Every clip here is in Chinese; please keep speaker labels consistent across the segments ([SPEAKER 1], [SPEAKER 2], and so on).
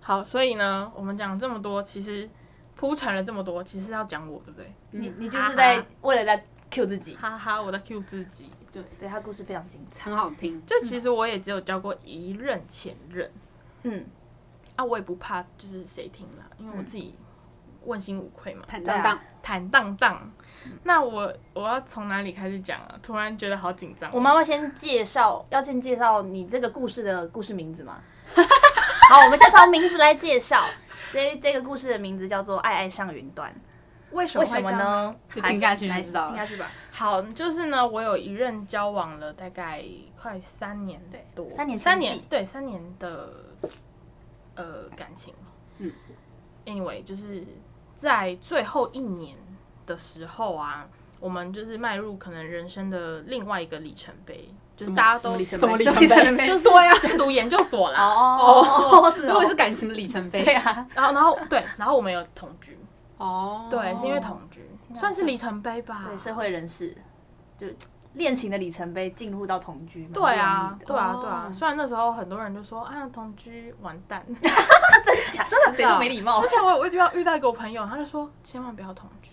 [SPEAKER 1] 好，所以呢，我们讲这么多，其实铺陈了这么多，其实要讲我，对不对？
[SPEAKER 2] 你
[SPEAKER 3] 嗯
[SPEAKER 2] 你就
[SPEAKER 3] 哈
[SPEAKER 2] 是在
[SPEAKER 3] 哈
[SPEAKER 2] 为了在 Q 自己，
[SPEAKER 1] 哈哈，我在 Q 自己。
[SPEAKER 2] 对对，他故事非常精彩，
[SPEAKER 3] 很好听。
[SPEAKER 1] 就其实我也只有交过一任前任
[SPEAKER 2] 嗯，
[SPEAKER 1] 啊，我也不怕就是谁听了，因为我自己问心无愧嘛，
[SPEAKER 3] 坦荡荡，
[SPEAKER 2] 啊
[SPEAKER 1] 坦嗯荡荡。那我我要从哪里开始讲啊？突然觉得好紧张哦。
[SPEAKER 2] 我们要不要先介绍，要先介绍你这个故事的故事名字 吗？好，我们先从名字来介绍。这这个故事的名字叫做《爱爱上云端》，
[SPEAKER 1] 为什
[SPEAKER 2] 为
[SPEAKER 1] 么
[SPEAKER 2] 什
[SPEAKER 1] 会
[SPEAKER 2] 么
[SPEAKER 1] 这样
[SPEAKER 2] 呢？
[SPEAKER 3] 就
[SPEAKER 2] 来
[SPEAKER 3] 听下去就
[SPEAKER 2] 来
[SPEAKER 3] 知道了
[SPEAKER 2] 听下去吧。
[SPEAKER 1] 好，就是呢，我有一任交往了大概快三年多，
[SPEAKER 2] 三年
[SPEAKER 1] 三
[SPEAKER 2] 前
[SPEAKER 1] 年
[SPEAKER 2] 戏
[SPEAKER 1] 对三年的呃感情，
[SPEAKER 3] 嗯
[SPEAKER 1] ，anyway 就是在最后一年的时候啊，我们就是迈入可能人生的另外一个里程碑，就是大家都
[SPEAKER 3] 什么里程
[SPEAKER 2] 什么里
[SPEAKER 3] 碑？
[SPEAKER 1] 就是对呀，去读研究所啦，
[SPEAKER 2] 哦，
[SPEAKER 1] 啊
[SPEAKER 2] 是
[SPEAKER 3] 如果是感情的里程碑
[SPEAKER 2] 对。啊，
[SPEAKER 1] 然后然后对，然后我们有同居，
[SPEAKER 3] 哦，
[SPEAKER 1] 对，是因为同居算是里程碑吧，
[SPEAKER 2] 对社会人士，就恋情的里程碑进入到同居嘛，
[SPEAKER 1] 对啊
[SPEAKER 2] 蛮，不
[SPEAKER 1] 对
[SPEAKER 2] 容易的
[SPEAKER 1] 啊，对啊
[SPEAKER 3] 哦。
[SPEAKER 1] 虽然那时候很多人就说啊，同居完蛋。
[SPEAKER 2] 真的假真的谁都没礼貌
[SPEAKER 3] 哦
[SPEAKER 1] 之，前我有遇到遇到一个我朋友，他就说千万不要同居。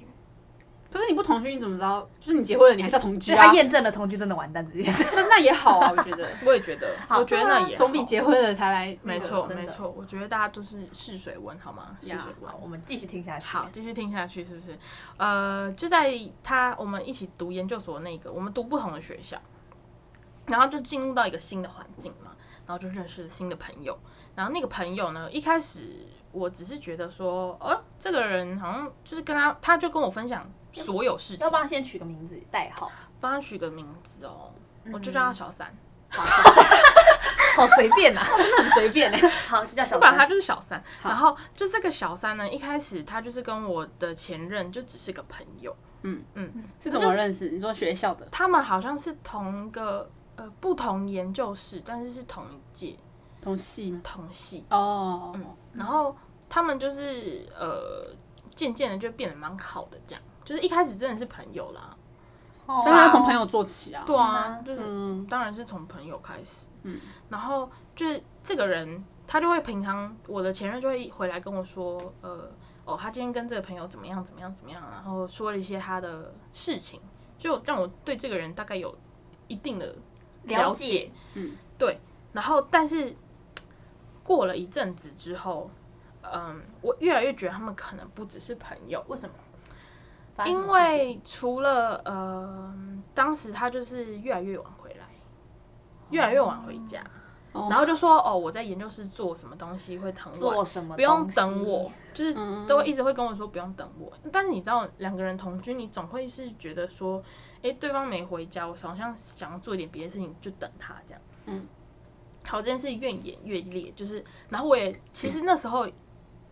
[SPEAKER 3] 可是你不同居，你怎么知道？就是你结婚了，你还是要同居
[SPEAKER 2] 所以
[SPEAKER 3] 啊
[SPEAKER 2] 他？验证了同居真的完蛋这件事。
[SPEAKER 3] 那那也好啊，我觉得
[SPEAKER 1] 我也觉得，
[SPEAKER 2] 好
[SPEAKER 1] 我觉得那也
[SPEAKER 3] 总比
[SPEAKER 1] 好
[SPEAKER 3] 结婚了才来那
[SPEAKER 1] 没
[SPEAKER 3] 个。
[SPEAKER 1] 错
[SPEAKER 2] 真的
[SPEAKER 1] 没错。我觉得大家都是试水温好吗？试
[SPEAKER 3] 呀
[SPEAKER 1] 水温
[SPEAKER 2] 好，。我们继续听下去。
[SPEAKER 1] 好，，继续听下去是不是？呃，就在他我们一起读研究所那个，我们读不同的学校，然后就进入到一个新的环境嘛，然后就认识了新的朋友。然后那个朋友呢，一开始我只是觉得说，哦，这个人好像就是跟他，他就跟我分享所有事情
[SPEAKER 2] 要，帮他先取个名字代号，
[SPEAKER 1] 帮他取个名字哦，
[SPEAKER 2] 嗯
[SPEAKER 1] 我就叫他小三，
[SPEAKER 2] 好，好随便 啊，
[SPEAKER 3] 很随便哎。
[SPEAKER 2] 好就叫小
[SPEAKER 1] 不管他
[SPEAKER 2] 三。
[SPEAKER 1] 就是小三。
[SPEAKER 3] 好
[SPEAKER 1] 然后就这个小三呢，一开始他就是跟我的前任就只是个朋友，
[SPEAKER 3] 嗯
[SPEAKER 1] 嗯，
[SPEAKER 3] 是怎么认识？你说学校的？
[SPEAKER 1] 他们好像是同一个呃不同研究室，但是是同一届
[SPEAKER 3] 同系吗？
[SPEAKER 1] 同系，
[SPEAKER 3] 哦，
[SPEAKER 1] 嗯，然后他们就是呃渐渐的就变得蛮好的，这样就是一开始真的是朋友啦，
[SPEAKER 2] 哦
[SPEAKER 3] 当然要从朋友做起啊。
[SPEAKER 1] 对啊，
[SPEAKER 2] 嗯
[SPEAKER 1] 就是
[SPEAKER 3] 嗯
[SPEAKER 1] 当然是从朋友开始，
[SPEAKER 3] 嗯，
[SPEAKER 1] 然后就是这个人，他就会平常我的前任就会回来跟我说，呃，哦，他今天跟这个朋友怎么样怎么样怎么样，然后说了一些他的事情，就让我对这个人大概有一定的
[SPEAKER 2] 了
[SPEAKER 1] 解。
[SPEAKER 2] 解
[SPEAKER 3] 嗯，
[SPEAKER 1] 对。然后，但是过了一阵子之后，嗯，我越来越觉得他们可能不只是朋友，
[SPEAKER 2] 为什么？发生什
[SPEAKER 1] 因
[SPEAKER 2] 么事情
[SPEAKER 1] 为除了呃，当时他就是越来越晚回来，越来越晚回家。
[SPEAKER 3] 哦
[SPEAKER 1] 然后就说哦，我在研究室做什么东西会很晚，
[SPEAKER 2] 做什么
[SPEAKER 1] 不用
[SPEAKER 2] 东西
[SPEAKER 1] 等我，，就是
[SPEAKER 3] 嗯
[SPEAKER 1] 都会一直会跟我说不用等我。但是你知道，两个人同居，你总会是觉得说，诶，对方没回家，我好像想要做一点别的事情，就等他这样。
[SPEAKER 3] 嗯，
[SPEAKER 1] 好，这件事越演越烈，就是，然后我也其实那时候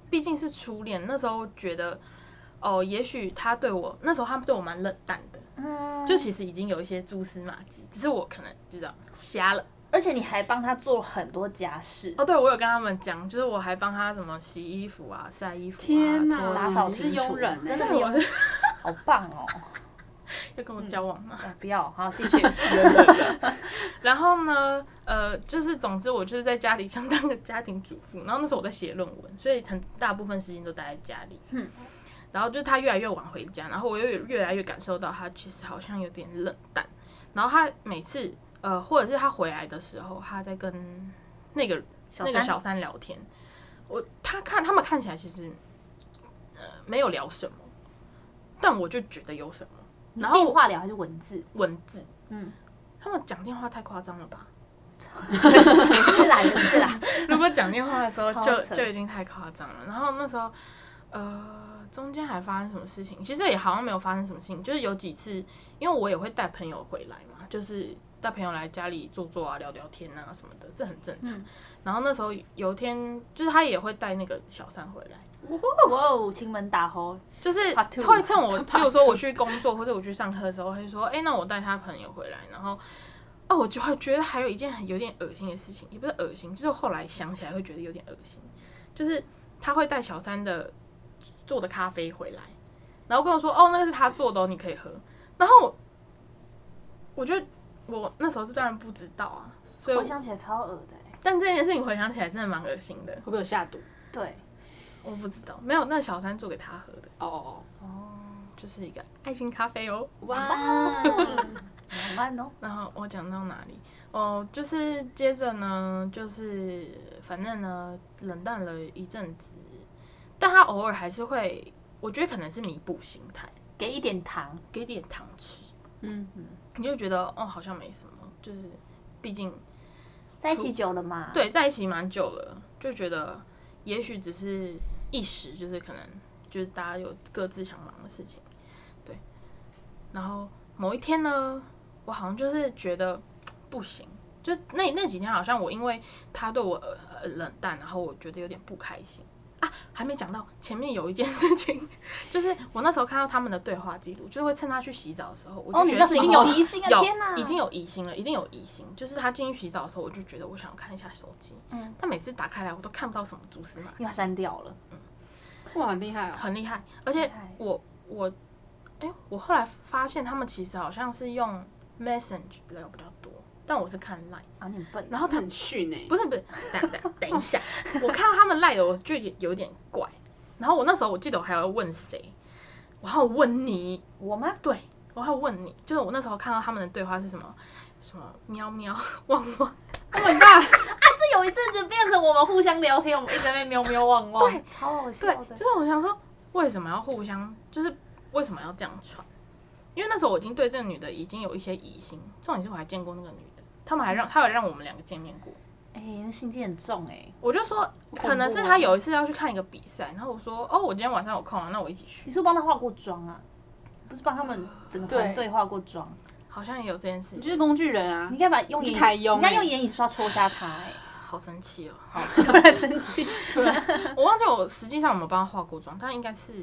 [SPEAKER 1] 毕竟是初恋，那时候觉得哦，也许他对我那时候他对我蛮冷淡的，
[SPEAKER 2] 嗯
[SPEAKER 1] 就其实已经有一些蛛丝马迹，只是我可能就这样瞎了。
[SPEAKER 2] 而且你还帮他做很多家事，
[SPEAKER 1] 哦，对，我有跟他们讲，就是我还帮他什么洗衣服啊、晒衣服啊、
[SPEAKER 3] 天
[SPEAKER 1] 哪，
[SPEAKER 3] 哪，
[SPEAKER 2] 打扫
[SPEAKER 3] 你
[SPEAKER 2] 庭
[SPEAKER 3] 是
[SPEAKER 2] 除
[SPEAKER 3] 佣人欸，
[SPEAKER 2] 真的
[SPEAKER 1] 对
[SPEAKER 2] 是
[SPEAKER 1] 我
[SPEAKER 2] 好棒哦！
[SPEAKER 1] 要跟我交往嘛。
[SPEAKER 2] 哦不要，好继续。
[SPEAKER 1] 然后呢，呃，就是总之我就是在家里相当的家庭主妇，然后那时候我在写论文，所以很大部分时间都待在家里。
[SPEAKER 3] 嗯
[SPEAKER 1] 然后就是他越来越晚回家，然后我又越越来越感受到他其实好像有点冷淡。然后他每次呃，或者是他回来的时候，他在跟那个
[SPEAKER 2] 小
[SPEAKER 1] 那个
[SPEAKER 2] 三
[SPEAKER 1] 小三聊天，我他看他们看起来其实呃没有聊什么，但我就觉得有什么然后
[SPEAKER 2] 电话聊还是文字？
[SPEAKER 1] 文字，
[SPEAKER 3] 嗯，
[SPEAKER 1] 他们讲电话太夸张了吧？
[SPEAKER 2] 是啦， 也是啦。
[SPEAKER 1] 如果讲电话的时候
[SPEAKER 2] 超
[SPEAKER 1] 就
[SPEAKER 2] 扯
[SPEAKER 1] 就已经太夸张了。然后那时候，呃，中间还发生什么事情？其实也好像没有发生什么事情，就是有几次，因为我也会带朋友回来嘛，就是带朋友来家里坐坐啊、聊聊天啊什么的，这很正常。
[SPEAKER 3] 嗯
[SPEAKER 1] 然后那时候有一天，就是他也会带那个小三回来。
[SPEAKER 2] 哇哦，亲门打吼，
[SPEAKER 1] 就是
[SPEAKER 2] Part two
[SPEAKER 1] 会趁我，比
[SPEAKER 3] Part
[SPEAKER 1] 如说我去工作或者我去上课的时候，他就说：“哎、那我带他朋友回来。”然后，哦，我就会觉得还有一件很有点恶心的事情，也不是恶心，就是后来想起来会觉得有点恶心，就是他会带小三的做的咖啡回来，然后跟我说：“哦，那个是他做的、哦，你可以喝。”然后我，我就我那时候是当然不 知道啊，所以我
[SPEAKER 2] 回想起来超恶的欸。
[SPEAKER 1] 但这件事情回想起来真的蛮恶心的。
[SPEAKER 3] 会不会有下毒？
[SPEAKER 2] 对，
[SPEAKER 1] 我不知道，没有，那小三做给他喝的，
[SPEAKER 3] 哦哦
[SPEAKER 2] 哦，
[SPEAKER 1] 就是一个爱心咖啡哦。
[SPEAKER 3] 哦，
[SPEAKER 2] 哇，
[SPEAKER 3] 哇，
[SPEAKER 2] 浪漫哦，
[SPEAKER 1] 然后我讲到哪里？哦，就是接着呢，就是反正呢，冷淡了一阵子，但他偶尔还是会，我觉得可能是弥补心态，
[SPEAKER 2] 给一点糖，
[SPEAKER 1] 给点糖吃，
[SPEAKER 3] 嗯，
[SPEAKER 1] 你就觉得哦，好像没什么，就是毕竟
[SPEAKER 2] 在一起久了嘛，，
[SPEAKER 1] 对在一起蛮久了，就觉得也许只是一时，就是可能就是大家有各自想忙的事情，对。然后某一天呢，我好像就是觉得不行，就那那几天好像我因为他对我呃呃冷淡，然后我觉得有点不开心啊。还没讲到前面有一件事情，就是我那时候看到他们的对话记录，就会趁他去洗澡的时候，我
[SPEAKER 2] 哦，
[SPEAKER 1] 就
[SPEAKER 2] 你
[SPEAKER 1] 觉
[SPEAKER 2] 那
[SPEAKER 1] 得
[SPEAKER 2] 时
[SPEAKER 1] 是
[SPEAKER 2] 候已经有疑心啊，
[SPEAKER 1] 有
[SPEAKER 2] 天哪，
[SPEAKER 1] 已经有疑心了，一定有疑心。就是他进去洗澡的时候，我就觉得我想看一下手机，
[SPEAKER 2] 嗯，
[SPEAKER 1] 但每次打开来我都看不到什么蛛丝马迹
[SPEAKER 2] 又，删掉了，
[SPEAKER 3] 哇，很厉害哦，
[SPEAKER 1] 很厉害。而且
[SPEAKER 2] 厉害
[SPEAKER 1] 我我，哎、我后来发现他们其实好像是用 Message 聊比较多，但我是看 Line。
[SPEAKER 2] 啊，你很笨，
[SPEAKER 3] 然后他很逊哎，
[SPEAKER 1] 不是不是，等等等一下，我看到他们 Line 的，我就也有点怪。然后我那时候我记得我还要问谁，我还要问你，
[SPEAKER 2] 我吗？
[SPEAKER 1] 对我还要问你，就是我那时候看到他们的对话是什么什么喵喵汪汪。
[SPEAKER 3] Oh my god，
[SPEAKER 2] 这有一阵子变成我们互相聊天，我们一直在那边喵喵汪汪，
[SPEAKER 1] 对，
[SPEAKER 2] 超好
[SPEAKER 1] 对
[SPEAKER 2] 笑，的
[SPEAKER 1] 就是，我想说，为什么要互相，就是为什么要这样传？因为那时候我已经对这个女的已经有一些疑心，重点是我还见过那个女的，他们还让她有让我们两个见面过。
[SPEAKER 2] 哎，那心机很重哎，
[SPEAKER 1] 我就说，
[SPEAKER 3] 怖
[SPEAKER 1] 可能是她有一次要去看一个比赛，然后我说，哦，我今天晚上有空啊，那我一起去
[SPEAKER 2] 你。是不是帮他化过妆啊？不是帮他们整个团
[SPEAKER 3] 对
[SPEAKER 2] 队化过妆，
[SPEAKER 1] 好像也有这件事
[SPEAKER 3] 你就
[SPEAKER 1] 情，
[SPEAKER 3] 是工具人啊
[SPEAKER 2] 你，应该把用眼，
[SPEAKER 3] 你太
[SPEAKER 2] 你
[SPEAKER 3] 庸
[SPEAKER 2] 应该
[SPEAKER 3] 了
[SPEAKER 2] 用眼影刷戳瞎他哎，
[SPEAKER 1] 好生气哦。
[SPEAKER 2] 突然生气，
[SPEAKER 1] 我忘记我实际上有没有帮她化过妆，但应该是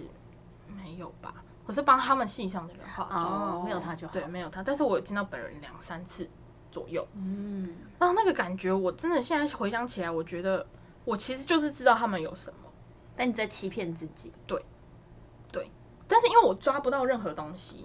[SPEAKER 1] 没有吧。我是帮他们系上的人化妆，
[SPEAKER 2] 哦，没有他就好，
[SPEAKER 1] 对，没有她，但是我有见到本人两三次左右。
[SPEAKER 3] 嗯，
[SPEAKER 1] 然后那个感觉，我真的现在回想起来，我觉得我其实就是知道他们有什么，
[SPEAKER 2] 但你在欺骗自己，
[SPEAKER 1] 但是因为我抓不到任何东西，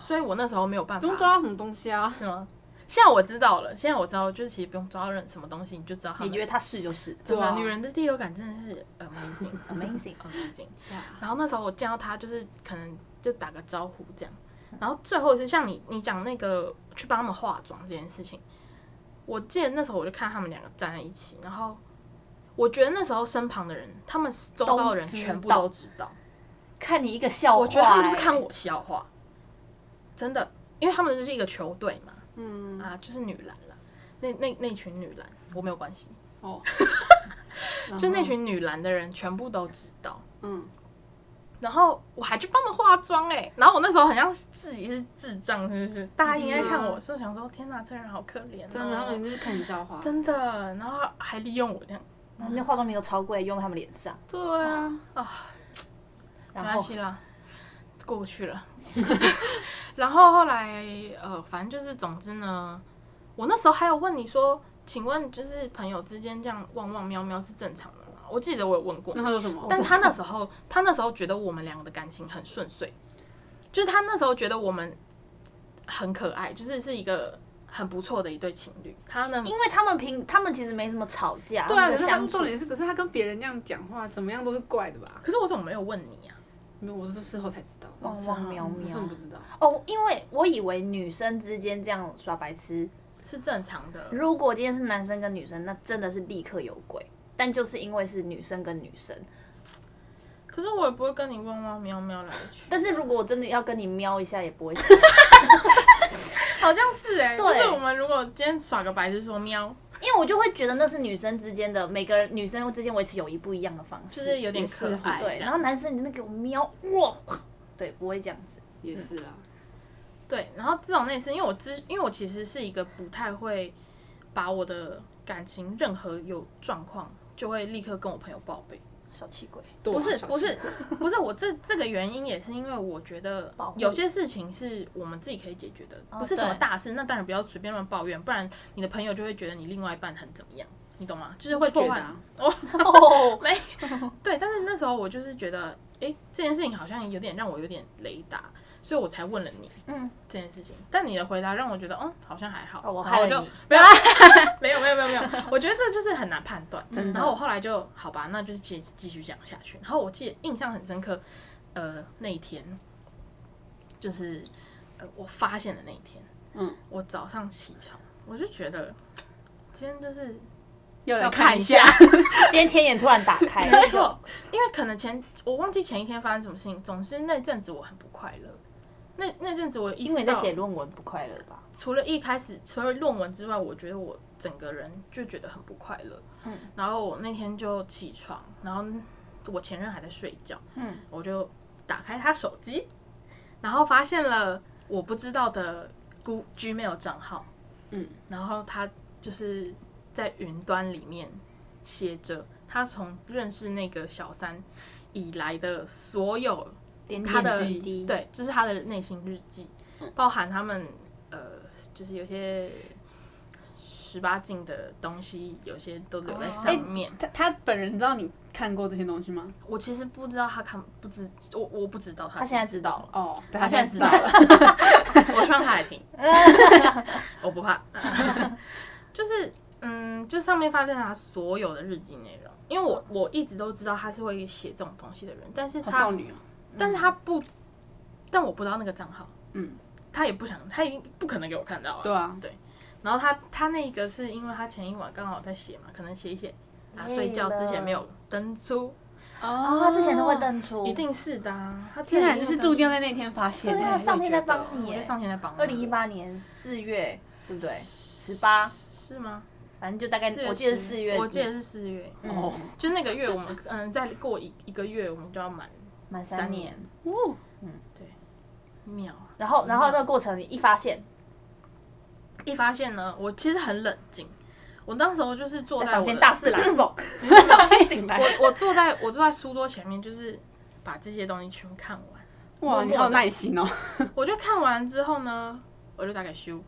[SPEAKER 1] 所以我那时候没有办
[SPEAKER 3] 不用
[SPEAKER 1] 法。
[SPEAKER 3] 抓到什么东西啊，
[SPEAKER 1] 是吗？现在我知道了，现在我知道，就是其实不用抓到任什么东西，你就知道他们。
[SPEAKER 2] 你觉得他是就是
[SPEAKER 1] 真
[SPEAKER 3] 对
[SPEAKER 1] 的，
[SPEAKER 3] 啊
[SPEAKER 1] 女人的第六感真的是 amazing
[SPEAKER 2] amazing，
[SPEAKER 1] amazing。
[SPEAKER 3] 哇
[SPEAKER 1] 然后那时候我见到他，就是可能就打个招呼这样。然后最后一次，像你你讲那个去帮他们化妆这件事情，我记得那时候我就看他们两个站在一起，然后我觉得那时候身旁的人，他们周遭的人
[SPEAKER 2] 都知道
[SPEAKER 1] 全部都知道，
[SPEAKER 2] 看你一个笑话，
[SPEAKER 1] 我觉得他们就是
[SPEAKER 2] 哎
[SPEAKER 1] 看我笑话，真的，因为他们就是一个球队嘛，
[SPEAKER 3] 嗯，
[SPEAKER 1] 啊，就是女篮啦，那那那群女篮我没有关系，
[SPEAKER 3] 哦，
[SPEAKER 2] 嗯
[SPEAKER 1] 就那，群女篮的人全部都知道，
[SPEAKER 3] 嗯，
[SPEAKER 1] 然后我还去帮忙化妆哎、然后我那时候好像自己是智障，是不是？大家应该看我，是想说天哪，这人好可怜、哦，
[SPEAKER 3] 真的，他们就是看你笑话，
[SPEAKER 1] 真的，然后还利用我这样，
[SPEAKER 2] 哎那那化妆品都超贵，用在他们脸上，
[SPEAKER 1] 对啊，啊，没
[SPEAKER 2] 然
[SPEAKER 1] 关
[SPEAKER 2] 后
[SPEAKER 1] 系
[SPEAKER 3] 啊
[SPEAKER 1] 啦，过去了。 然后后来呃，反正就是总之呢，我那时候还有问你说，请问就是朋友之间这样汪汪喵喵是正常的吗？我记得我有问过
[SPEAKER 3] 那，他说什
[SPEAKER 2] 哦
[SPEAKER 3] 么？
[SPEAKER 1] 但他那时候，他那时候觉得我们两个的感情很顺遂，就是他那时候觉得我们很可爱，就是是一个很不错的一对情侣。他呢，
[SPEAKER 2] 因为他们平，他们其实没什么吵架，
[SPEAKER 3] 对
[SPEAKER 2] 他
[SPEAKER 3] 啊，
[SPEAKER 2] 们
[SPEAKER 3] 可
[SPEAKER 2] 的
[SPEAKER 3] 是他
[SPEAKER 2] 相处
[SPEAKER 3] 重点是，可是他跟别人那样讲话，怎么样都是怪的吧？
[SPEAKER 1] 可是我怎么没有问你啊？
[SPEAKER 3] 没有，我是事后才知道，我
[SPEAKER 2] 汪汪喵
[SPEAKER 3] 真
[SPEAKER 2] 喵
[SPEAKER 3] 的不知道。
[SPEAKER 2] 哦，因为我以为女生之间这样耍白痴，
[SPEAKER 1] 是正常的，
[SPEAKER 2] 如果今天是男生跟女生，那真的是立刻有鬼。但就是因为是女生跟女生，
[SPEAKER 1] 可是我也不会跟你汪汪喵喵来去。
[SPEAKER 2] 但是如果我真的要跟你瞄一下，也不会。
[SPEAKER 1] 好像是 哎、
[SPEAKER 2] 对
[SPEAKER 1] 就是我们如果今天耍个白痴说喵，
[SPEAKER 2] 因为我就会觉得那是女生之间的，每个人女生之间维持友谊不一样的方
[SPEAKER 1] 就
[SPEAKER 2] 式。
[SPEAKER 1] 是有点
[SPEAKER 3] 也是
[SPEAKER 1] 可爱
[SPEAKER 2] 对，
[SPEAKER 1] 这
[SPEAKER 2] 然
[SPEAKER 1] 样。
[SPEAKER 2] 后男生你这边给我瞄，哇，对，不会这样子。
[SPEAKER 3] 也是啊啦，
[SPEAKER 1] 对，然后这种类似，因为我之，因为我其实是一个不太会把我的感情任何有状况就会立刻跟我朋友报备。
[SPEAKER 2] 小气鬼，
[SPEAKER 3] 对啊
[SPEAKER 1] 不是
[SPEAKER 3] 小
[SPEAKER 1] 不
[SPEAKER 3] 心
[SPEAKER 1] 是 不是，我这这个原因也是因为我觉得
[SPEAKER 2] 保护
[SPEAKER 1] 有些事情是我们自己可以解决的，
[SPEAKER 2] 哦
[SPEAKER 1] 不是什么
[SPEAKER 2] 对
[SPEAKER 1] 大事，那当然不要随便乱抱怨，不然你的朋友就会觉得你另外一半很怎么样，你懂吗？就是会
[SPEAKER 3] 就觉
[SPEAKER 1] 破坏
[SPEAKER 3] 得啊。
[SPEAKER 1] 哦，
[SPEAKER 2] 哦，
[SPEAKER 1] 没对，但是那时候我就是觉得，诶，这件事情好像有点让我有点雷达，所以我才问了你
[SPEAKER 2] 嗯，
[SPEAKER 1] 这件事情。但你的回答让我觉得，嗯，好像还好。
[SPEAKER 2] 哦我
[SPEAKER 1] 然后
[SPEAKER 2] 害
[SPEAKER 1] 我就
[SPEAKER 2] 了你，
[SPEAKER 1] 不要，没有没有没有没有，我觉得这就是很难判断。
[SPEAKER 3] 真的
[SPEAKER 1] 然后我后来就好吧，那就是继继续讲下去。然后我记得印象很深刻，呃，那一天就是呃我发现的那一天，
[SPEAKER 3] 嗯，
[SPEAKER 1] 我早上起床我就觉得今天就是
[SPEAKER 3] 又来
[SPEAKER 1] 要
[SPEAKER 3] 看
[SPEAKER 1] 看
[SPEAKER 3] 一
[SPEAKER 1] 一
[SPEAKER 3] 下
[SPEAKER 1] 下，
[SPEAKER 2] 今天天眼突然打开，
[SPEAKER 1] 没错，因为可能前我忘记前一天发生什么事情，总之那阵子我很不快乐。那那阵子我意
[SPEAKER 2] 因
[SPEAKER 1] 识
[SPEAKER 2] 为你在
[SPEAKER 1] 到，
[SPEAKER 2] 写论文不快乐吧？
[SPEAKER 1] 除了一开始除了论文之外，我觉得我整个人就觉得很不快乐。
[SPEAKER 2] 嗯，
[SPEAKER 1] 然后我那天就起床，然后我前任还在睡觉，
[SPEAKER 2] 嗯，
[SPEAKER 1] 我就打开他手机，然后发现了我不知道的 Gu- Gmail 账号，
[SPEAKER 3] 嗯，
[SPEAKER 1] 然后他就是在云端里面写着他从认识那个小三以来的所有
[SPEAKER 2] 点
[SPEAKER 1] 他的
[SPEAKER 3] 日
[SPEAKER 2] 滴，
[SPEAKER 1] 呃对，就是他的内心日记，包含他们呃，就是有些十八禁的东西，有些都留在
[SPEAKER 2] 哦
[SPEAKER 1] 上面。
[SPEAKER 3] 他他本人知道你看过这些东西吗？
[SPEAKER 1] 我其实不知道他看不知，我我不知道他
[SPEAKER 2] 他现在知道了，
[SPEAKER 3] 哦，对
[SPEAKER 1] 他现在知道
[SPEAKER 3] 了。
[SPEAKER 1] 了， 我希望他来听，我不怕。 就是嗯，就上面发现他所有的日记内容，因为我我一直都知道他是会写这种东西的人，但是
[SPEAKER 3] 好
[SPEAKER 1] 他
[SPEAKER 3] 少女哦，
[SPEAKER 1] 但是他不，但我不知道那个账号，
[SPEAKER 3] 嗯，
[SPEAKER 1] 他也不想，他一定不可能给我看到啊。
[SPEAKER 3] 对啊，
[SPEAKER 1] 然后他他那个是因为他前一晚刚好在写嘛，可能写一写，他睡觉之前没有登出，
[SPEAKER 2] 哦，他之前都会，登出，
[SPEAKER 1] 一定是的、啊。他
[SPEAKER 3] 天
[SPEAKER 1] 哪，
[SPEAKER 3] 哪，就是注定在那天发现哎
[SPEAKER 2] 对
[SPEAKER 3] 的。
[SPEAKER 2] 啊
[SPEAKER 3] 我也
[SPEAKER 2] 上天在
[SPEAKER 3] 觉得
[SPEAKER 2] 帮你
[SPEAKER 1] 我就上天在帮我。
[SPEAKER 2] 二零一八年四月，对不对？十八，
[SPEAKER 1] 是吗？
[SPEAKER 2] 反正就大概
[SPEAKER 1] 四月
[SPEAKER 2] 我记得
[SPEAKER 1] 十
[SPEAKER 2] 四月，嗯
[SPEAKER 1] 我记得是四月，嗯
[SPEAKER 3] 哦
[SPEAKER 1] 就那个月我们嗯再过一一个月我们就要满
[SPEAKER 2] 满
[SPEAKER 1] 三
[SPEAKER 2] 三年。
[SPEAKER 3] 哦，
[SPEAKER 1] 秒啊。
[SPEAKER 2] 然后，
[SPEAKER 1] 十
[SPEAKER 2] 然后
[SPEAKER 1] 秒
[SPEAKER 2] 那个过程你一发现，
[SPEAKER 1] 一发现呢，我其实很冷静，我当时候就是坐
[SPEAKER 2] 在
[SPEAKER 1] 在
[SPEAKER 2] 房
[SPEAKER 1] 我
[SPEAKER 2] 间
[SPEAKER 1] 的
[SPEAKER 2] 大四郎走，醒来，
[SPEAKER 1] 我我坐在我坐在书桌前面，就是把这些东西全部看完。
[SPEAKER 3] 哇，你好有耐心哦。
[SPEAKER 1] 我就看完之后呢，我就打给修，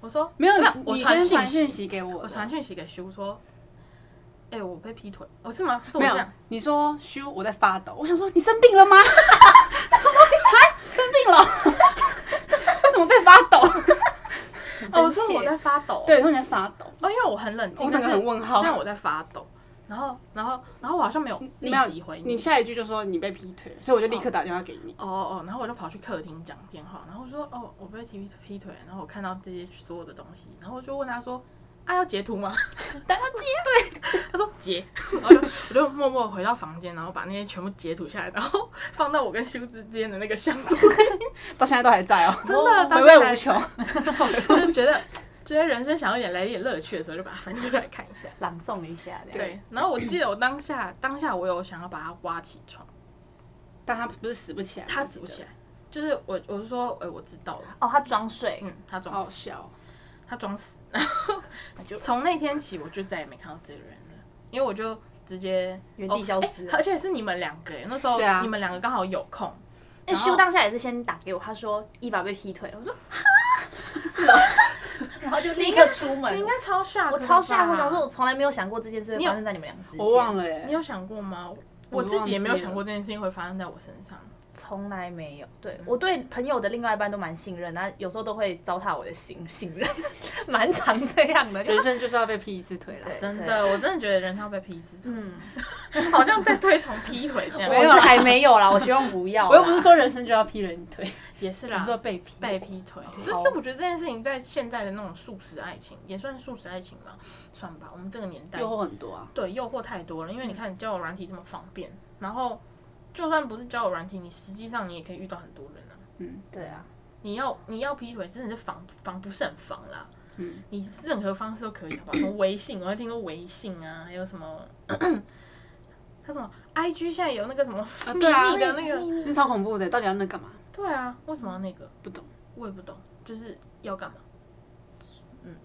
[SPEAKER 1] 我说
[SPEAKER 3] 没有
[SPEAKER 1] 那，
[SPEAKER 3] 你
[SPEAKER 1] 我
[SPEAKER 3] 你
[SPEAKER 1] 传
[SPEAKER 3] 先
[SPEAKER 1] 信
[SPEAKER 3] 传讯
[SPEAKER 1] 息
[SPEAKER 3] 息给我，
[SPEAKER 1] 我传讯息给修说，哎、我被劈腿，我、是吗？是我
[SPEAKER 3] 没
[SPEAKER 1] 这
[SPEAKER 3] 有
[SPEAKER 1] 样，，
[SPEAKER 3] 你说虚，我在发抖。我想说你生病了吗？ 生病了？为什么在发抖？
[SPEAKER 1] 哦，我
[SPEAKER 2] 真
[SPEAKER 1] 说我
[SPEAKER 2] 切
[SPEAKER 1] 在发抖，，
[SPEAKER 3] 对，说你在发抖，
[SPEAKER 1] 哦，因为我很冷静，
[SPEAKER 3] 我整
[SPEAKER 1] 但
[SPEAKER 3] 个
[SPEAKER 1] 是
[SPEAKER 3] 很问号。
[SPEAKER 1] 但我在发抖，然后然后然后我好像没有立
[SPEAKER 3] 没有
[SPEAKER 1] 即回
[SPEAKER 3] 你下一句就说你被劈腿，所以我就立刻打电话给你。
[SPEAKER 1] 哦哦，然后我就跑去客厅讲电话，然后我说哦，我被劈劈腿，然后我看到这些所有的东西，然后我就问他说，啊要截图吗？
[SPEAKER 2] 大家记
[SPEAKER 1] 他说截，然后就我就默默回到房间，然后把那些全部截图下来，然后放到我跟修之间的那个相簿，
[SPEAKER 3] 到现在都还在哦，
[SPEAKER 1] 真的
[SPEAKER 3] 回
[SPEAKER 1] 当时
[SPEAKER 3] 味
[SPEAKER 1] 还
[SPEAKER 3] 无穷。
[SPEAKER 1] 就觉得觉得人生想要一点来一点乐趣的时候，就把它翻出来看一下。
[SPEAKER 2] 朗诵一下，这样，
[SPEAKER 1] 对，然后我记得我当下当下我有想要把它挖起床，
[SPEAKER 3] 但他不是死不起来，
[SPEAKER 1] 他死不起来，就是我我是说，哎、我知道了，
[SPEAKER 2] 哦，他装睡，
[SPEAKER 1] 嗯，他
[SPEAKER 3] 我记得，好
[SPEAKER 1] 装死，
[SPEAKER 3] 好笑哦。
[SPEAKER 1] 他装死，然后从那天起我就再也没看到这个人了，因为我就直接
[SPEAKER 2] 原地消失
[SPEAKER 1] 哦哎而且是你们两个耶，那时候
[SPEAKER 3] 对啊
[SPEAKER 1] 你们两个刚好有空，
[SPEAKER 2] 那
[SPEAKER 1] 然后
[SPEAKER 2] 修当下也是先打给我，他说伊娃被劈腿了，我说哈，是哦，然后就立刻出门，
[SPEAKER 1] 你应该超吓，
[SPEAKER 2] 我超吓，我想说我从来没有想过这件事会发生在你们俩之间，
[SPEAKER 3] 哦我忘了
[SPEAKER 1] 你
[SPEAKER 3] 耶，
[SPEAKER 1] 有想过吗？
[SPEAKER 3] 我
[SPEAKER 1] 我自己也没有
[SPEAKER 3] 忘记了
[SPEAKER 1] 想过这件事情会发生在我身上。
[SPEAKER 2] 从来没有。对
[SPEAKER 3] 嗯
[SPEAKER 2] 我对朋友的另外一半都蛮信任，那有时候都会糟蹋我的信信任，蛮常这样的。就
[SPEAKER 3] 人生就是要被劈一次腿了。
[SPEAKER 2] 对
[SPEAKER 1] 真的，我真的觉得人要被劈死，
[SPEAKER 2] 嗯，
[SPEAKER 1] 好像被推崇劈腿这 样。
[SPEAKER 2] 我是还没有啦，我希望不要。
[SPEAKER 3] 我又不是，说人生就要劈人腿，
[SPEAKER 1] 也是
[SPEAKER 3] 我
[SPEAKER 1] 啦
[SPEAKER 3] 是，说被劈。
[SPEAKER 1] 啊被劈腿。这
[SPEAKER 2] 好
[SPEAKER 1] 这，我觉得这件事情在现在的那种素食爱情，也算素食爱情吧，算吧。我们这个年代，
[SPEAKER 3] 诱惑很多啊，
[SPEAKER 1] 对诱惑太多了，因为你看交友软体这么方便，然后就算不是交友软体，你实际上你也可以遇到很多人啊。
[SPEAKER 3] 嗯
[SPEAKER 2] 对啊，
[SPEAKER 1] 你要你要劈腿，真的是防防不胜防啦。
[SPEAKER 3] 嗯，
[SPEAKER 1] 你任何方式都可以，好不好？从微信，我还听过微信啊，还有什么， 他什么 IG 现在有那个什么
[SPEAKER 3] 啊
[SPEAKER 1] 秘
[SPEAKER 3] 对啊
[SPEAKER 1] 密的那个，
[SPEAKER 3] 那超恐怖的，到底要那干嘛？
[SPEAKER 1] 对啊，为什么要那个？
[SPEAKER 3] 不懂。
[SPEAKER 1] 我也不懂，就是要干嘛？ 嗯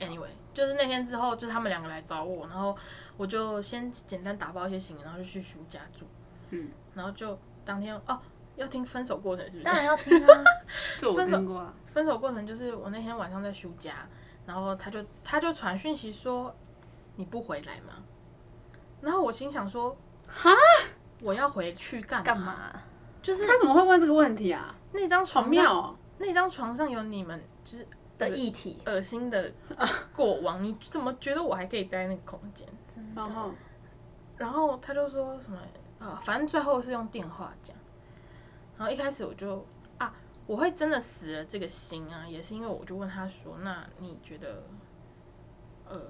[SPEAKER 1] ，anyway，就是那天之后，就是他们两个来找我，然后我就先简单打包一些行李，然后就去徐家住，
[SPEAKER 3] 嗯，
[SPEAKER 1] 然后就当天哦，要听分手过程是不是？
[SPEAKER 2] 当然要听啊。
[SPEAKER 3] 这我
[SPEAKER 1] 分手
[SPEAKER 3] 听过啊。
[SPEAKER 1] 分手过程就是我那天晚上在休假，然后他就他就传讯息说你不回来吗？然后我心想说
[SPEAKER 3] 哈，
[SPEAKER 1] 我要回去干
[SPEAKER 2] 干嘛？
[SPEAKER 1] 就是
[SPEAKER 3] 他怎么会问这个问题啊？
[SPEAKER 1] 那张
[SPEAKER 3] 好
[SPEAKER 1] 床
[SPEAKER 3] 妙
[SPEAKER 1] 上，
[SPEAKER 3] 哦！
[SPEAKER 1] 那张床上有你们就是
[SPEAKER 2] 的议题，
[SPEAKER 1] 恶心的过往，你怎么觉得我还可以待那个空间？
[SPEAKER 3] 然后
[SPEAKER 1] 然后他就说什么呃，反正最后是用电话讲。然后一开始我就啊，我会真的死了这个心啊，也是因为我就问他说，那你觉得呃，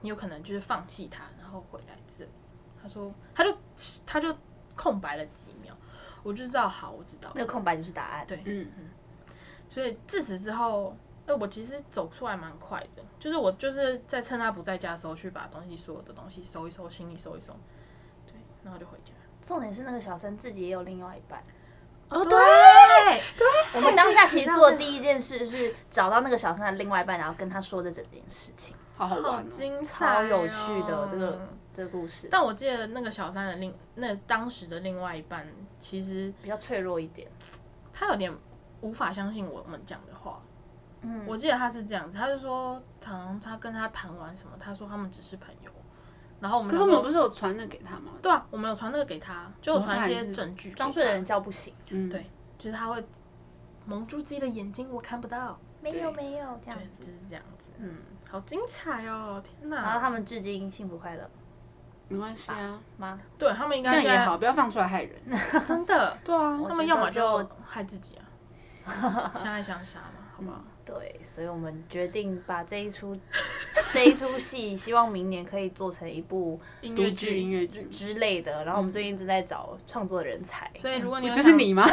[SPEAKER 1] 你有可能就是放弃他，然后回来这里？他说，他就他就空白了几秒，我就知道，好，我知道了，
[SPEAKER 2] 那个空白就是答案。
[SPEAKER 1] 对，
[SPEAKER 3] 嗯，
[SPEAKER 1] 所以自此之后，哎、我其实走出来蛮快的，就是我就是在趁他不在家的时候去把东西所有的东西收一收，行李收一收，对，然后就回家。
[SPEAKER 2] 重点是那个小三自己也有另外一半。
[SPEAKER 1] 哦，
[SPEAKER 3] 对
[SPEAKER 2] 我们当下其实做的第一件事是找到那个小三的另外一半，然后跟他说这整件事情。
[SPEAKER 3] 好哎好
[SPEAKER 1] 好
[SPEAKER 3] 玩哦。
[SPEAKER 1] 精彩、
[SPEAKER 2] 超有趣的这个。这个故事，
[SPEAKER 1] 但我记得那个小三的另那当时的另外一半，其实
[SPEAKER 2] 比较脆弱一点。
[SPEAKER 1] 他有点无法相信我们讲的话。
[SPEAKER 2] 嗯，
[SPEAKER 1] 我记得他是这样子，他就说，好像他跟他谈完什么，他说他们只是朋友，然后我们
[SPEAKER 3] 可是
[SPEAKER 1] 想
[SPEAKER 3] 我
[SPEAKER 1] 说
[SPEAKER 3] 们不是有传那给他吗？
[SPEAKER 1] 对啊，我们有传那个给他，就有
[SPEAKER 3] 然后他
[SPEAKER 1] 传一
[SPEAKER 3] 还
[SPEAKER 1] 些
[SPEAKER 3] 是
[SPEAKER 1] 证据。
[SPEAKER 2] 装睡的人，叫不醒，
[SPEAKER 3] 嗯，
[SPEAKER 1] 对就是他会蒙住自己的眼睛，我看不到，
[SPEAKER 2] 没有没有
[SPEAKER 1] 对
[SPEAKER 2] 这样，
[SPEAKER 1] 就
[SPEAKER 2] 子。
[SPEAKER 1] 是这样子。
[SPEAKER 2] 嗯，
[SPEAKER 1] 好精彩哦！天哪，
[SPEAKER 2] 然后他们至今幸福快乐
[SPEAKER 3] 没关系啊，
[SPEAKER 2] 吗？
[SPEAKER 1] 对他们应
[SPEAKER 3] 这
[SPEAKER 1] 该
[SPEAKER 3] 样
[SPEAKER 1] 现
[SPEAKER 3] 也
[SPEAKER 1] 在
[SPEAKER 3] 好，，不要放出来害人。
[SPEAKER 1] 真的，
[SPEAKER 3] 对啊，
[SPEAKER 1] 他们
[SPEAKER 2] 觉
[SPEAKER 1] 要
[SPEAKER 2] 得
[SPEAKER 1] 么就
[SPEAKER 2] 就
[SPEAKER 1] 害自己啊，相爱相杀嘛，好不好？
[SPEAKER 2] 对，所以我们决定把这一 出这一出戏，希望明年可以做成一部
[SPEAKER 1] 音
[SPEAKER 3] 独
[SPEAKER 1] 乐
[SPEAKER 3] 剧音
[SPEAKER 1] 剧。
[SPEAKER 3] 乐剧，
[SPEAKER 2] 之类的。然后我们最近正在找创作人才，
[SPEAKER 1] 所 以如果你有
[SPEAKER 3] 就是
[SPEAKER 1] 想
[SPEAKER 3] 你 吗？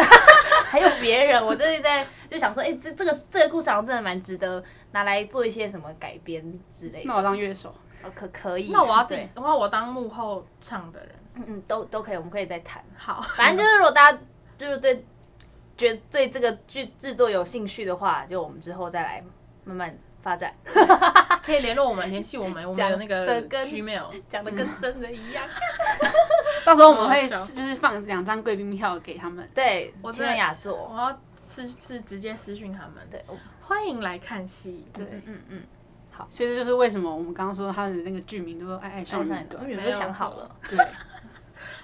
[SPEAKER 2] 还有别人，我真的在就想说，哎、这这个这个故事好像真的蛮值得拿来做一些什么改编之类
[SPEAKER 3] 那
[SPEAKER 2] 的。
[SPEAKER 3] 我当乐手，
[SPEAKER 2] 哦可可以，
[SPEAKER 1] 那我要自己
[SPEAKER 2] 对，，
[SPEAKER 1] 的话我当幕后唱的人。
[SPEAKER 2] 嗯嗯，都都可以，我们可以再谈。
[SPEAKER 1] 好，
[SPEAKER 2] 反正就是，如果大家就是对觉得对这个剧制作有兴趣的话，就我们之后再来慢慢发展，
[SPEAKER 1] 可以联络我们，联系我们，我们
[SPEAKER 2] 讲
[SPEAKER 1] 有那个
[SPEAKER 2] 得跟
[SPEAKER 1] Gmail。
[SPEAKER 2] 讲的跟真的 一样。
[SPEAKER 3] 到时候我们
[SPEAKER 1] 好
[SPEAKER 3] 会
[SPEAKER 1] 好笑
[SPEAKER 3] 就是放两张贵宾票给他们。
[SPEAKER 2] 对，
[SPEAKER 1] 我
[SPEAKER 2] 青
[SPEAKER 1] 真的
[SPEAKER 2] 人雅座，
[SPEAKER 1] 我要私是直接私讯他们，
[SPEAKER 2] 对，我
[SPEAKER 1] 欢迎来看戏。对，
[SPEAKER 3] 对，
[SPEAKER 2] 嗯嗯，
[SPEAKER 3] 所以这就是为什么我们刚刚说他的那个剧名叫做《爱爱少
[SPEAKER 2] 爱
[SPEAKER 3] 女
[SPEAKER 2] 上一个，
[SPEAKER 3] 队
[SPEAKER 2] 我们》，
[SPEAKER 1] 嗯没
[SPEAKER 2] 都
[SPEAKER 1] 有
[SPEAKER 2] 想好
[SPEAKER 1] 错
[SPEAKER 2] 了，
[SPEAKER 3] 对，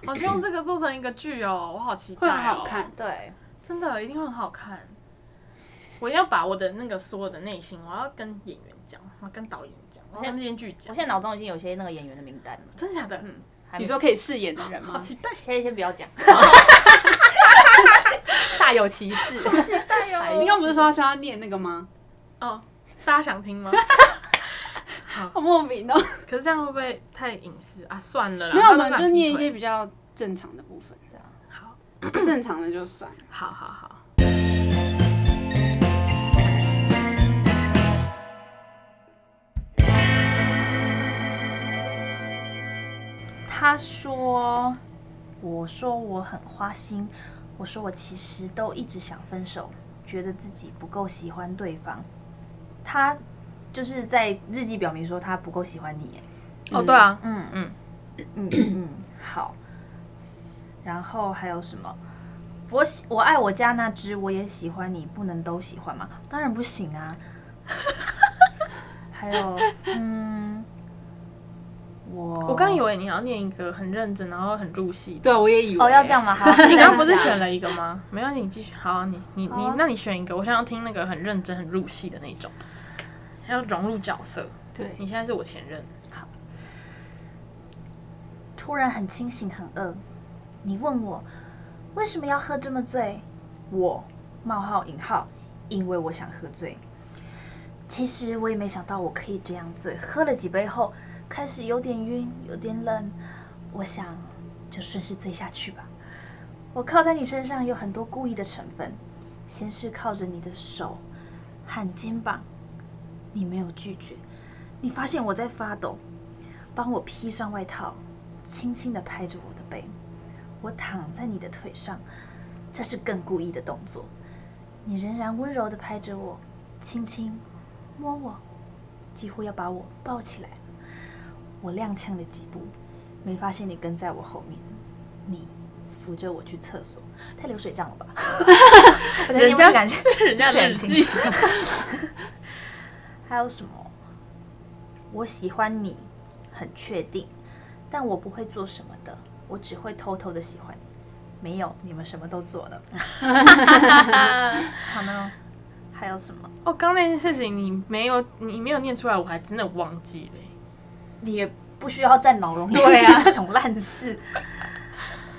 [SPEAKER 1] 好希望这个做成一个剧哦，我好期待、
[SPEAKER 3] 会
[SPEAKER 1] 哦，
[SPEAKER 3] 很好看，
[SPEAKER 2] 对，
[SPEAKER 1] 真的一定会很好看。我一定要把我的那个所有的内心，我要跟演员讲，我要跟导演讲，我要跟编剧
[SPEAKER 2] 我
[SPEAKER 1] 讲
[SPEAKER 2] 现。在脑中已经有些那个演员的名单了。
[SPEAKER 1] 真的假的？
[SPEAKER 2] 嗯，还没
[SPEAKER 3] 你说可以饰演的人
[SPEAKER 1] 好
[SPEAKER 3] 吗？
[SPEAKER 1] 期待！
[SPEAKER 2] 现在先不 要讲， 煞有其事。
[SPEAKER 1] 哎
[SPEAKER 3] 你刚刚不是说要叫他念那个吗？
[SPEAKER 1] 哦，大家想听吗？ 好，
[SPEAKER 3] 好莫名哦。
[SPEAKER 1] 可是这样会不会太隐私啊？算了啦，
[SPEAKER 3] 没有，我
[SPEAKER 1] 他都
[SPEAKER 3] 们
[SPEAKER 1] 懒
[SPEAKER 3] 就
[SPEAKER 1] 劈
[SPEAKER 3] 念一
[SPEAKER 1] 腿
[SPEAKER 3] 些比较正常的部分，
[SPEAKER 1] 好，
[SPEAKER 3] 正常的就算。
[SPEAKER 1] 好好好。
[SPEAKER 2] 他说：“我说我很花心，我说我其实都一直想分手，觉得自己不够喜欢对方。”他就是在日记表明说他不够喜欢你耶。
[SPEAKER 1] 哦，对啊，
[SPEAKER 2] 嗯
[SPEAKER 1] 嗯
[SPEAKER 2] 嗯嗯，好。然后还有什么？我喜我爱我家那只，我也喜欢你，不能都喜欢吗？当然不行 啊。还有，嗯，我
[SPEAKER 1] 我刚以为你要念一个很认真，然后很入戏的。
[SPEAKER 3] 对，啊我也以为
[SPEAKER 2] 哦要这样？吗？好，
[SPEAKER 1] 你刚刚不是
[SPEAKER 2] 再
[SPEAKER 1] 选
[SPEAKER 2] 想
[SPEAKER 1] 了一个吗？没有，你继续。好，你你
[SPEAKER 2] 好
[SPEAKER 1] 你
[SPEAKER 2] 啊，
[SPEAKER 1] 那你选一个。我想要听那个很认真、很入戏的那种，要融入角色。
[SPEAKER 3] 对，
[SPEAKER 1] 你现在是我前任，
[SPEAKER 2] 突然很清醒，很饿。你问我为什么要喝这么醉？我冒号引号，因为我想喝醉。其实我也没想到我可以这样醉，喝了几杯后开始有点晕，有点冷，我想就顺势醉下去吧。我靠在你身上有很多故意的成分，先是靠着你的手和肩膀，你没有拒绝，你发现我在发抖，帮我披上外套，轻轻地拍着我的背，我躺在你的腿上，这是更故意的动作。你仍然温柔地拍着我，轻轻摸我，几乎要把我抱起来。我踉跄了几步，没发现你跟在我后面。你扶着我去厕所，太流水账了吧？ 我在念我的感觉
[SPEAKER 1] 人 家的日
[SPEAKER 2] 卷
[SPEAKER 1] 记。
[SPEAKER 2] 还有什么？我喜欢你，很确定，但我不会做什么的，我只会偷偷的喜欢你。没有，你们什么都做 了。好呢，还有什么？
[SPEAKER 1] 哦，刚那件事情你没有，你没有念出来，我还真的忘记了欸。
[SPEAKER 2] 你也不需要占脑容量
[SPEAKER 1] 对啊
[SPEAKER 2] 记这种烂事。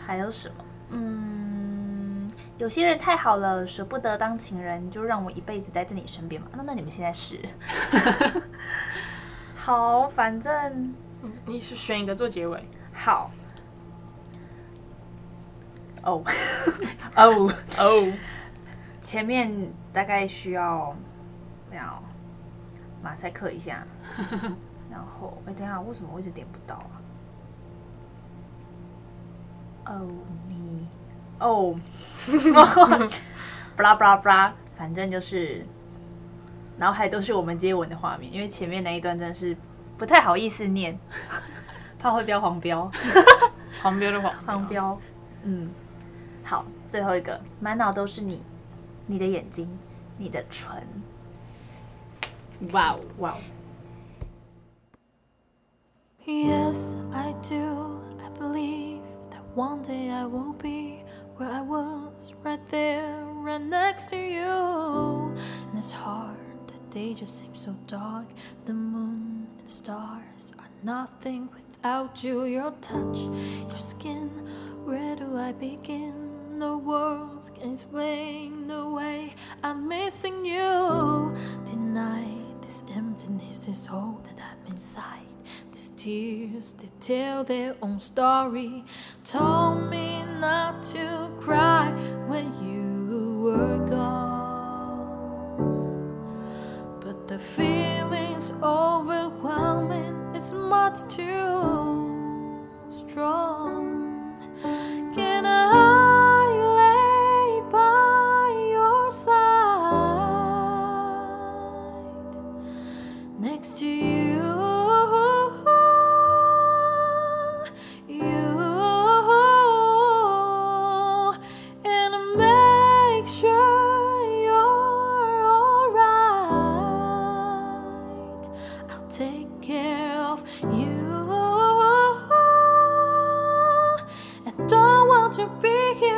[SPEAKER 2] 还有什么？嗯，有些人太好了，舍不得当情人，就让我一辈子待在你身边嘛。那那你们现在是？ 好，反正
[SPEAKER 1] 你你是选一个做结尾？
[SPEAKER 2] 好。哦哦，
[SPEAKER 1] 哦，
[SPEAKER 2] 前面大概需要要马赛克一下，然后哎、等一下为什么我一直点不到啊？哦，你哦，布拉布拉布拉，反正就是脑海都是我们接吻的画面，因为前面那一段真的是不太好意思念，怕会标黄标。
[SPEAKER 1] 黄标的黄
[SPEAKER 2] 黄
[SPEAKER 1] 标。
[SPEAKER 2] 标。嗯，好，最后一个，满脑都是你，你的眼睛，你的唇，
[SPEAKER 3] 哇哦！
[SPEAKER 2] 哇、哦
[SPEAKER 4] Yes, I do. I believe that one day I will be where I was, right there, right next to you. And it's hard, the day just seems so dark. The moon and stars are nothing without you. Your touch, your skin, where do I begin? No words can explain the way I'm missing you. Tonight, this emptiness is all that I'm inside. These tears, they tell their own story. Told me not to cry when you were gone. But the feeling's overwhelming, it's much too strong. Can I lay by your side? next to you. You and make sure you're alright. I'll take care of you. I don't want to be here Oh,